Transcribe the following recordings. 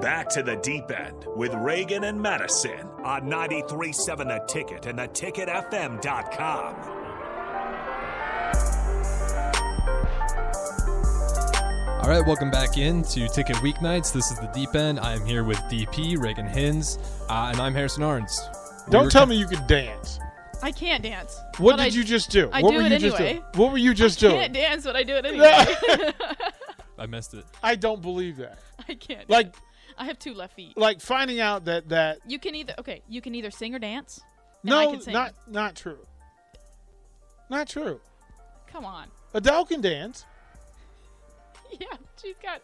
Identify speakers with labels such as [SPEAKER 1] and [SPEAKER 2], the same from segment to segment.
[SPEAKER 1] Back to the deep end with Reagan and Madison on 937 The Ticket and theticketfm.com.
[SPEAKER 2] All right, welcome back in to Ticket Weeknights. This is the Deep End. I am here with DP Reagan Hins, uh, and I'm Harrison Arns. We
[SPEAKER 3] Don't
[SPEAKER 2] were-
[SPEAKER 3] tell me you could dance.
[SPEAKER 4] I can't dance.
[SPEAKER 3] What
[SPEAKER 4] but
[SPEAKER 3] did
[SPEAKER 4] I,
[SPEAKER 3] you just do?
[SPEAKER 4] I
[SPEAKER 3] what
[SPEAKER 4] do
[SPEAKER 3] were
[SPEAKER 4] it
[SPEAKER 3] you just
[SPEAKER 4] anyway.
[SPEAKER 3] doing? What were you just doing?
[SPEAKER 4] Can't dance, but I do it anyway.
[SPEAKER 2] I missed it.
[SPEAKER 3] I don't believe that.
[SPEAKER 4] I can't.
[SPEAKER 3] Like
[SPEAKER 4] I have two left feet.
[SPEAKER 3] like finding out that that
[SPEAKER 4] You can either okay. You can either sing or dance. And I
[SPEAKER 3] no,
[SPEAKER 4] can sing.
[SPEAKER 3] not not true. Not true.
[SPEAKER 4] Come on.
[SPEAKER 3] Adele can dance.
[SPEAKER 4] Yeah, she's got.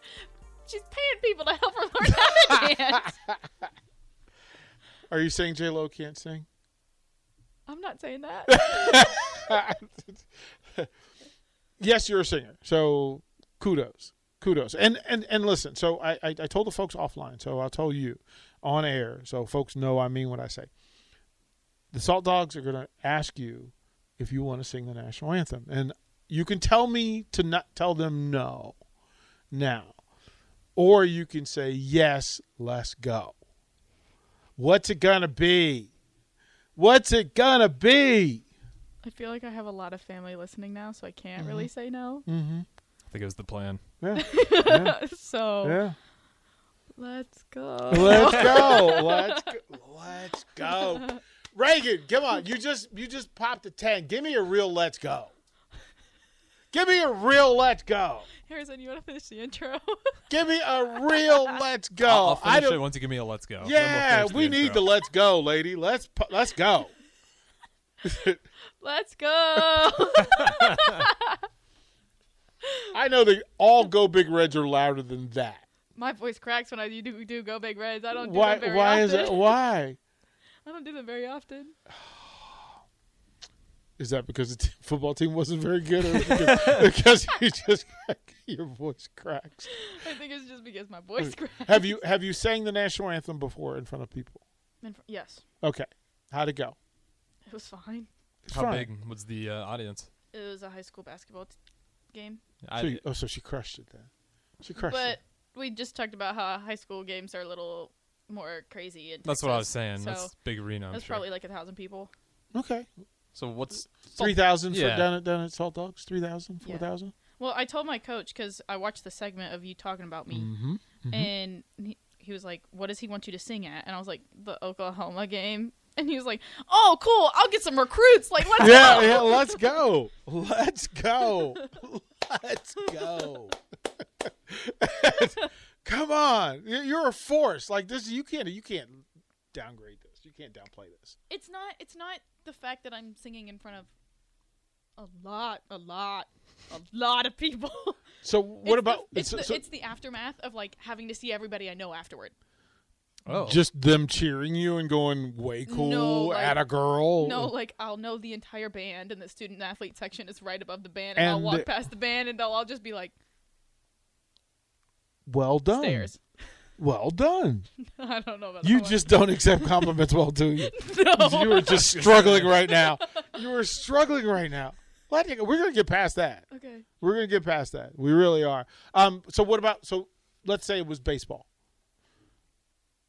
[SPEAKER 4] She's paying people to help her learn how to dance.
[SPEAKER 3] Are you saying J Lo can't sing?
[SPEAKER 4] I'm not saying that.
[SPEAKER 3] yes, you're a singer. So kudos. Kudos. And and, and listen, so I, I, I told the folks offline, so I'll tell you on air, so folks know I mean what I say. The Salt Dogs are gonna ask you if you want to sing the national anthem. And you can tell me to not tell them no now. Or you can say yes, let's go. What's it gonna be? What's it gonna be?
[SPEAKER 4] I feel like I have a lot of family listening now, so I can't
[SPEAKER 3] Mm-hmm.
[SPEAKER 4] really say no.
[SPEAKER 2] I think it was the plan.
[SPEAKER 3] Yeah.
[SPEAKER 4] So
[SPEAKER 3] Yeah.
[SPEAKER 4] let's go.
[SPEAKER 3] Let's go. Let's go. Let's go. Reagan, come on. You just you just popped a 10. Give me a real let's go. Give me a real let's go.
[SPEAKER 4] Harrison, you want to finish the intro?
[SPEAKER 3] Give me a real let's go.
[SPEAKER 2] I'll, I'll
[SPEAKER 3] Oh, I
[SPEAKER 2] finish
[SPEAKER 3] don't
[SPEAKER 2] it once you give me a let's go. Then we'll
[SPEAKER 3] Yeah,
[SPEAKER 2] finish the
[SPEAKER 3] we need
[SPEAKER 2] intro.
[SPEAKER 3] the let's go, lady. Let's pu- let's go.
[SPEAKER 4] let's go.
[SPEAKER 3] I know they all go big reds are louder than that.
[SPEAKER 4] My voice cracks when I do do go big reds. I don't do
[SPEAKER 3] Why
[SPEAKER 4] them very
[SPEAKER 3] why
[SPEAKER 4] often.
[SPEAKER 3] is that why?
[SPEAKER 4] I don't do them very often.
[SPEAKER 3] Is that because the t- football team wasn't very good or because, because you just your voice cracks?
[SPEAKER 4] I think it's just because my voice cracks.
[SPEAKER 3] Have you have you sang the national anthem before in front of people?
[SPEAKER 4] And fr- yes,
[SPEAKER 3] Okay, how'd it go?
[SPEAKER 4] it was fine.
[SPEAKER 3] It's
[SPEAKER 2] How
[SPEAKER 3] fine.
[SPEAKER 2] big was the uh, audience?
[SPEAKER 4] It was a high school basketball t- game,
[SPEAKER 2] I,
[SPEAKER 3] So you- oh, so she crushed it then. She crushed
[SPEAKER 4] but
[SPEAKER 3] it.
[SPEAKER 4] we just talked about how high school games are a little more crazy. In
[SPEAKER 2] that's what I was
[SPEAKER 4] Texas,
[SPEAKER 2] saying.
[SPEAKER 4] So
[SPEAKER 2] that's big arena. I'm
[SPEAKER 4] that's
[SPEAKER 2] sure.
[SPEAKER 4] probably like a thousand people.
[SPEAKER 3] Okay,
[SPEAKER 2] so what's
[SPEAKER 3] three thousand
[SPEAKER 2] yeah.
[SPEAKER 3] down at down at Salt Dogs. Three thousand, four
[SPEAKER 4] Yeah.
[SPEAKER 3] thousand.
[SPEAKER 4] Well, I told my coach because I watched the segment of you talking about me, and he, he was like, "What does he want you to sing at?" And I was like, "The Oklahoma game." And he was like, "Oh, cool! I'll get some recruits. Like, let's
[SPEAKER 3] Yeah,
[SPEAKER 4] go."
[SPEAKER 3] yeah. Let's go. Let's go. Let's go. Come on, You- you're a force. Like this, you can't you can't downgrade this. You can't downplay this.
[SPEAKER 4] It's not. It's not the fact that I'm singing in front of a lot, a lot, a lot of people.
[SPEAKER 3] So what
[SPEAKER 4] It's
[SPEAKER 3] about
[SPEAKER 4] the, it's,
[SPEAKER 3] so-
[SPEAKER 4] the,
[SPEAKER 3] so-
[SPEAKER 4] it's the aftermath of like having to see everybody I know afterward.
[SPEAKER 2] oh
[SPEAKER 3] just them cheering you and going way cool
[SPEAKER 4] like-
[SPEAKER 3] at a girl?
[SPEAKER 4] No, like I'll know the entire band, and the student athlete section is right above the band, and, I'll
[SPEAKER 3] And-
[SPEAKER 4] walk past the band, and they'll all just be like
[SPEAKER 3] Well done.
[SPEAKER 4] stairs.
[SPEAKER 3] Well done.
[SPEAKER 4] I don't know about
[SPEAKER 3] You
[SPEAKER 4] that one.
[SPEAKER 3] just don't accept compliments well, do you?
[SPEAKER 4] no.
[SPEAKER 3] You are just struggling right now. You are struggling right now. Let it go. We're gonna get past that.
[SPEAKER 4] okay.
[SPEAKER 3] We're gonna get past that. We really are. Um. So what about? So let's say it was baseball.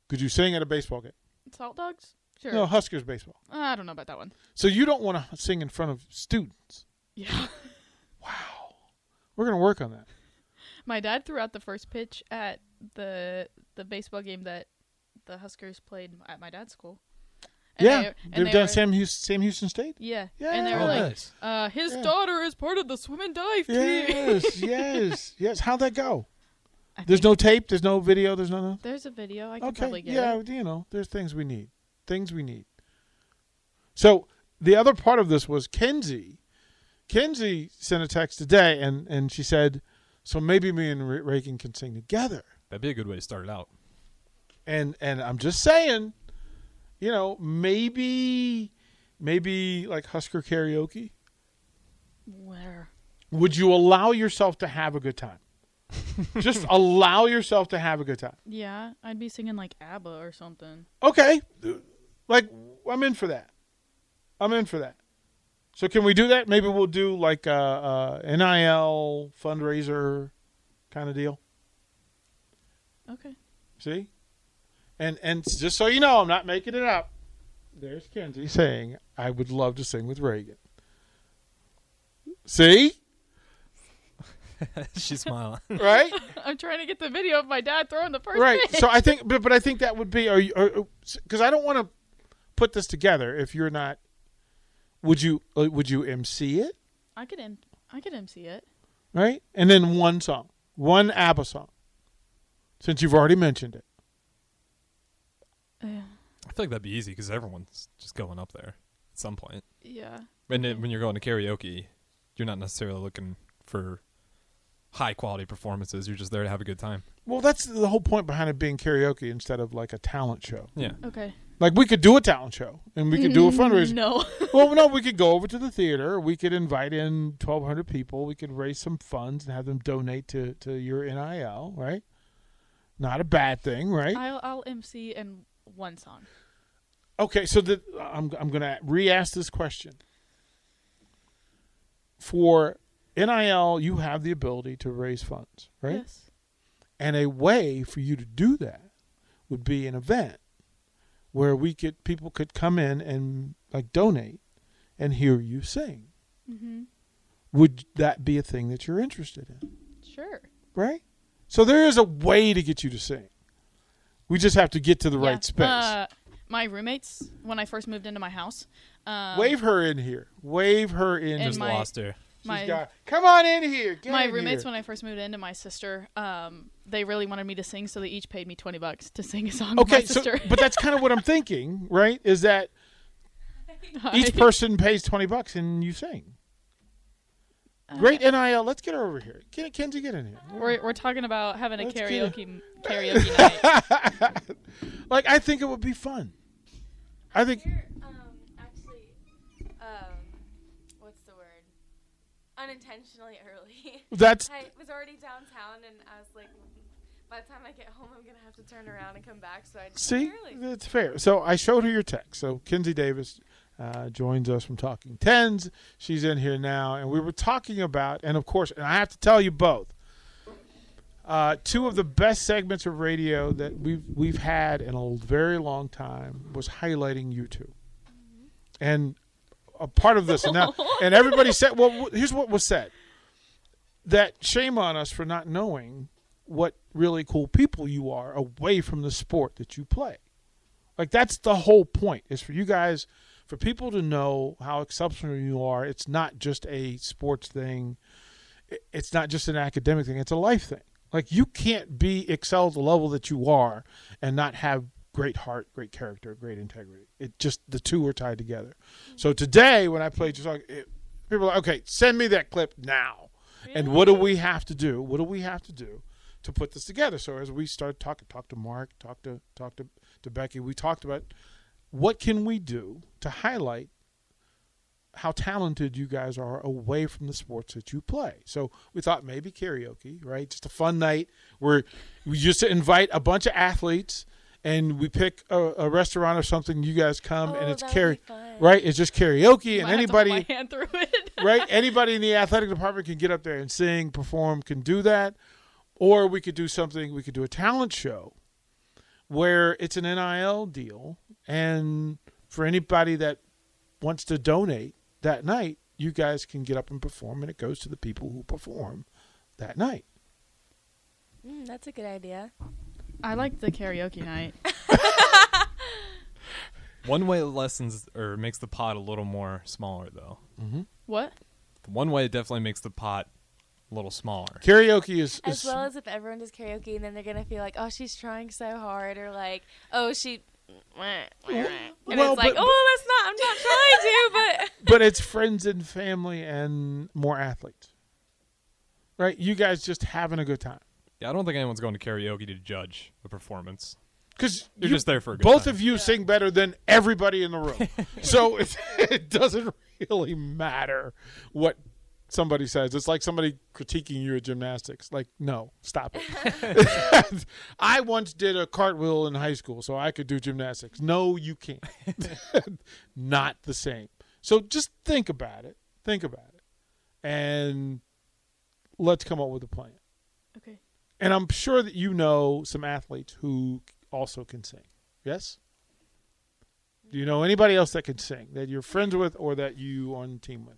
[SPEAKER 3] Could you sing at a baseball game?
[SPEAKER 4] Salt dogs? Sure.
[SPEAKER 3] No, Huskers baseball.
[SPEAKER 4] I don't know about that one.
[SPEAKER 3] So you don't want to sing in front of students.
[SPEAKER 4] Yeah.
[SPEAKER 3] We're gonna work on that.
[SPEAKER 4] My dad threw out the first pitch at the the baseball game that the Huskers played at my dad's school. And
[SPEAKER 3] yeah,
[SPEAKER 4] they- and
[SPEAKER 3] they've
[SPEAKER 4] they
[SPEAKER 3] done
[SPEAKER 4] were-
[SPEAKER 3] Sam Houston, Sam Houston State.
[SPEAKER 4] Yeah. And they were
[SPEAKER 2] Oh,
[SPEAKER 4] like,
[SPEAKER 2] nice.
[SPEAKER 4] uh, his
[SPEAKER 3] Yeah.
[SPEAKER 4] daughter is part of the swim and dive team.
[SPEAKER 3] Yes, yes, yes. How'd that go?
[SPEAKER 4] I
[SPEAKER 3] There's
[SPEAKER 4] think-
[SPEAKER 3] no tape. There's no video. There's no. no.
[SPEAKER 4] There's a video. I can
[SPEAKER 3] Okay.
[SPEAKER 4] probably get
[SPEAKER 3] Yeah,
[SPEAKER 4] it.
[SPEAKER 3] you know, there's things we need. Things we need. So the other part of this was Kenzie. Kenzie sent a text today, and and she said, "So maybe me and Ra- Reagan can sing together."
[SPEAKER 2] that'd be a good way to start it out.
[SPEAKER 3] And and I'm just saying, you know, maybe maybe like Husker karaoke.
[SPEAKER 4] Where?
[SPEAKER 3] Would you allow yourself to have a good time? just allow yourself to have a good time.
[SPEAKER 4] Yeah, I'd be singing like ABBA or something.
[SPEAKER 3] okay like i'm in for that i'm in for that so can we do that maybe we'll do like a, uh nil fundraiser kind of deal
[SPEAKER 4] Okay.
[SPEAKER 3] See, and and just so you know, I'm not making it up. There's Kenzie saying, "I would love to sing with Reagan." See,
[SPEAKER 2] She's smiling.
[SPEAKER 3] right?
[SPEAKER 4] I'm trying to get the video of my dad throwing the first
[SPEAKER 3] right
[SPEAKER 4] pitch.
[SPEAKER 3] so i think but, but i think that would be are you because i don't want to put this together if you're not would you uh, would you mc it
[SPEAKER 4] I could em- I could MC it.
[SPEAKER 3] right and then one song one abba song since you've already mentioned it
[SPEAKER 2] I feel like that'd be easy because everyone's just going up there at some point.
[SPEAKER 4] Yeah.
[SPEAKER 2] And then when you're going to karaoke, you're not necessarily looking for high quality performances. You're just there to have a good time.
[SPEAKER 3] well that's the whole point behind it being karaoke instead of like a talent show
[SPEAKER 2] Yeah.
[SPEAKER 4] Okay.
[SPEAKER 3] like we could do a talent show and we could do a fundraiser
[SPEAKER 4] No.
[SPEAKER 3] well no we could go over to the theater we could invite in 1200 people we could raise some funds and have them donate to to your nil right not a bad thing right
[SPEAKER 4] I'll, I'll MC and one song.
[SPEAKER 3] Okay, so the, I'm I'm going to re-ask this question. For NIL, you have the ability to raise funds, right?
[SPEAKER 4] Yes.
[SPEAKER 3] And a way for you to do that would be an event where we could people could come in and like donate and hear you sing.
[SPEAKER 4] Mm-hmm.
[SPEAKER 3] Would that be a thing that you're interested in,
[SPEAKER 4] Sure.
[SPEAKER 3] right? So there is a way to get you to sing. We just have to get to the
[SPEAKER 4] Yeah.
[SPEAKER 3] right space.
[SPEAKER 4] Uh, my roommates, when I first moved into my house, um,
[SPEAKER 3] Wave her in here. Wave her in.
[SPEAKER 4] And
[SPEAKER 2] Just
[SPEAKER 4] my-
[SPEAKER 2] lost her.
[SPEAKER 4] my
[SPEAKER 3] got, come on in here. Get
[SPEAKER 4] my
[SPEAKER 3] in
[SPEAKER 4] roommates
[SPEAKER 3] here."
[SPEAKER 4] when I first moved into my sister, um, they really wanted me to sing, so they each paid me twenty bucks to sing a
[SPEAKER 3] okay,
[SPEAKER 4] song. with my
[SPEAKER 3] so
[SPEAKER 4] sister.
[SPEAKER 3] but that's kind of what I'm thinking, right? Is that each person pays twenty bucks and you sing. Great nil. Let's get her over here. Ken, Kenzie, get in here.
[SPEAKER 4] We're, we're talking about having a
[SPEAKER 3] Let's get it.
[SPEAKER 4] karaoke karaoke night.
[SPEAKER 3] Like I think it would be fun. I think
[SPEAKER 5] You're um, actually, um, what's the word? Unintentionally early.
[SPEAKER 3] that's
[SPEAKER 5] I was already downtown, and I was like, by the time I get home, I'm gonna have to turn around and come back. So I just
[SPEAKER 3] see,
[SPEAKER 5] early.
[SPEAKER 3] that's fair. So I showed her your text. So Kenzie Davis uh, joins us from Talking Tens. She's in here now, and we were talking about, and of course, and I have to tell you both. uh, two of the best segments of radio that we've we've had in a very long time was highlighting you 2 and a part of this, and now, and everybody said, well, w- here's what was said: that shame on us for not knowing what really cool people you are away from the sport that you play. Like that's the whole point is for you guys, for people to know how exceptional you are. It's not just a sports thing it's not just an academic thing it's a life thing like you can't be excel at the level that you are and not have great heart great character great integrity it just the two are tied together so today when i played your song it, people are like okay send me that clip now and what do we have to do what do we have to do to put this together so as we started talking talk to mark talk to talk to, to becky we talked about what can we do to highlight how talented you guys are away from the sports that you play. So we thought maybe karaoke, right? Just a fun night where we just invite a bunch of athletes and we pick a, a restaurant or something. You guys come and
[SPEAKER 5] Oh,
[SPEAKER 3] it's
[SPEAKER 5] that would
[SPEAKER 3] karaoke,
[SPEAKER 5] be fun.
[SPEAKER 3] right? It's just karaoke and
[SPEAKER 4] I have to
[SPEAKER 3] anybody
[SPEAKER 4] hold my hand through it.
[SPEAKER 3] right? Anybody in the athletic department can get up there and sing, perform, can do that. Or we could do something, we could do a talent show where it's an NIL deal. And for anybody that wants to donate that night, you guys can get up and perform, and it goes to the people who perform that night.
[SPEAKER 5] Mm, that's a good idea.
[SPEAKER 4] I like the karaoke night.
[SPEAKER 2] One way lessens or makes the pot a little more smaller though.
[SPEAKER 4] What?
[SPEAKER 2] The one way definitely makes the pot a little smaller.
[SPEAKER 3] Karaoke is,
[SPEAKER 5] As
[SPEAKER 3] is
[SPEAKER 5] well as if everyone does karaoke, and then they're gonna feel like, oh, she's trying so hard, or like, oh, she. And
[SPEAKER 3] well,
[SPEAKER 5] it's like,
[SPEAKER 3] but-
[SPEAKER 5] oh, that's not. I'm not trying to, but.
[SPEAKER 3] but it's friends and family and more athletes. Right? You guys just having a good time.
[SPEAKER 2] Yeah, I don't think anyone's going to karaoke to judge a performance.
[SPEAKER 3] because
[SPEAKER 2] You're just there for a good
[SPEAKER 3] both
[SPEAKER 2] time.
[SPEAKER 3] of you sing better than everybody in the room, so it, it doesn't really matter what somebody says. It's like somebody critiquing you at gymnastics. Like, no, stop it. I once did a cartwheel in high school, so I could do gymnastics. No, you can't. Not the same. So just think about it. Think about it, and let's come up with a plan.
[SPEAKER 4] Okay.
[SPEAKER 3] And I'm sure that you know some athletes who also can sing. Yes? Do you know anybody else that can sing that you're friends with or that you are on the team with?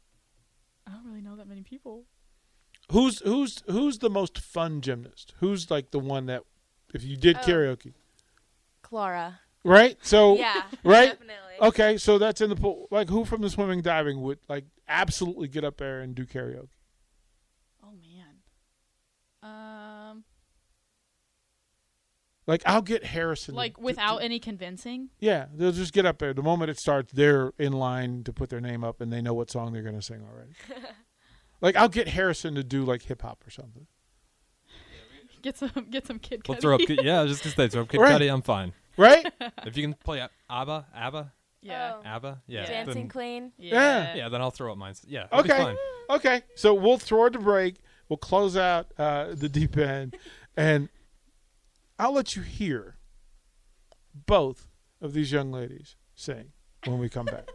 [SPEAKER 4] I don't really know that many people.
[SPEAKER 3] Who's who's who's the most fun gymnast? Who's like the one that if you did
[SPEAKER 5] Oh.
[SPEAKER 3] karaoke,
[SPEAKER 5] Clara.
[SPEAKER 3] right? So
[SPEAKER 5] Yeah.
[SPEAKER 3] right?
[SPEAKER 5] Definitely.
[SPEAKER 3] Okay, so that's in the pool. Like who from the swimming diving would like absolutely get up there and do karaoke?
[SPEAKER 4] Oh man. Um,
[SPEAKER 3] Like I'll get Harrison to-
[SPEAKER 4] like
[SPEAKER 3] to-
[SPEAKER 4] without any convincing.
[SPEAKER 3] Yeah, they'll just get up there. The moment it starts, they're in line to put their name up, and they know what song they're going to sing already. like I'll get Harrison to do like hip hop or something.
[SPEAKER 4] Get some, get some kid.
[SPEAKER 2] We'll
[SPEAKER 4] Cudi.
[SPEAKER 2] throw up. Yeah, I was just gonna say, throw up Kid
[SPEAKER 3] Right.
[SPEAKER 2] Cudi. I'm fine.
[SPEAKER 3] Right?
[SPEAKER 2] If you can play a- ABBA, ABBA,
[SPEAKER 4] yeah.
[SPEAKER 5] Oh.
[SPEAKER 2] ABBA, yeah,
[SPEAKER 5] Dancing
[SPEAKER 2] then,
[SPEAKER 5] Queen.
[SPEAKER 4] yeah.
[SPEAKER 2] yeah, then I'll throw up mine. Yeah, it'll be
[SPEAKER 3] okay.
[SPEAKER 2] fine.
[SPEAKER 3] Okay. So we'll throw it to break. We'll close out uh, the deep end, and I'll let you hear both of these young ladies sing when we come back.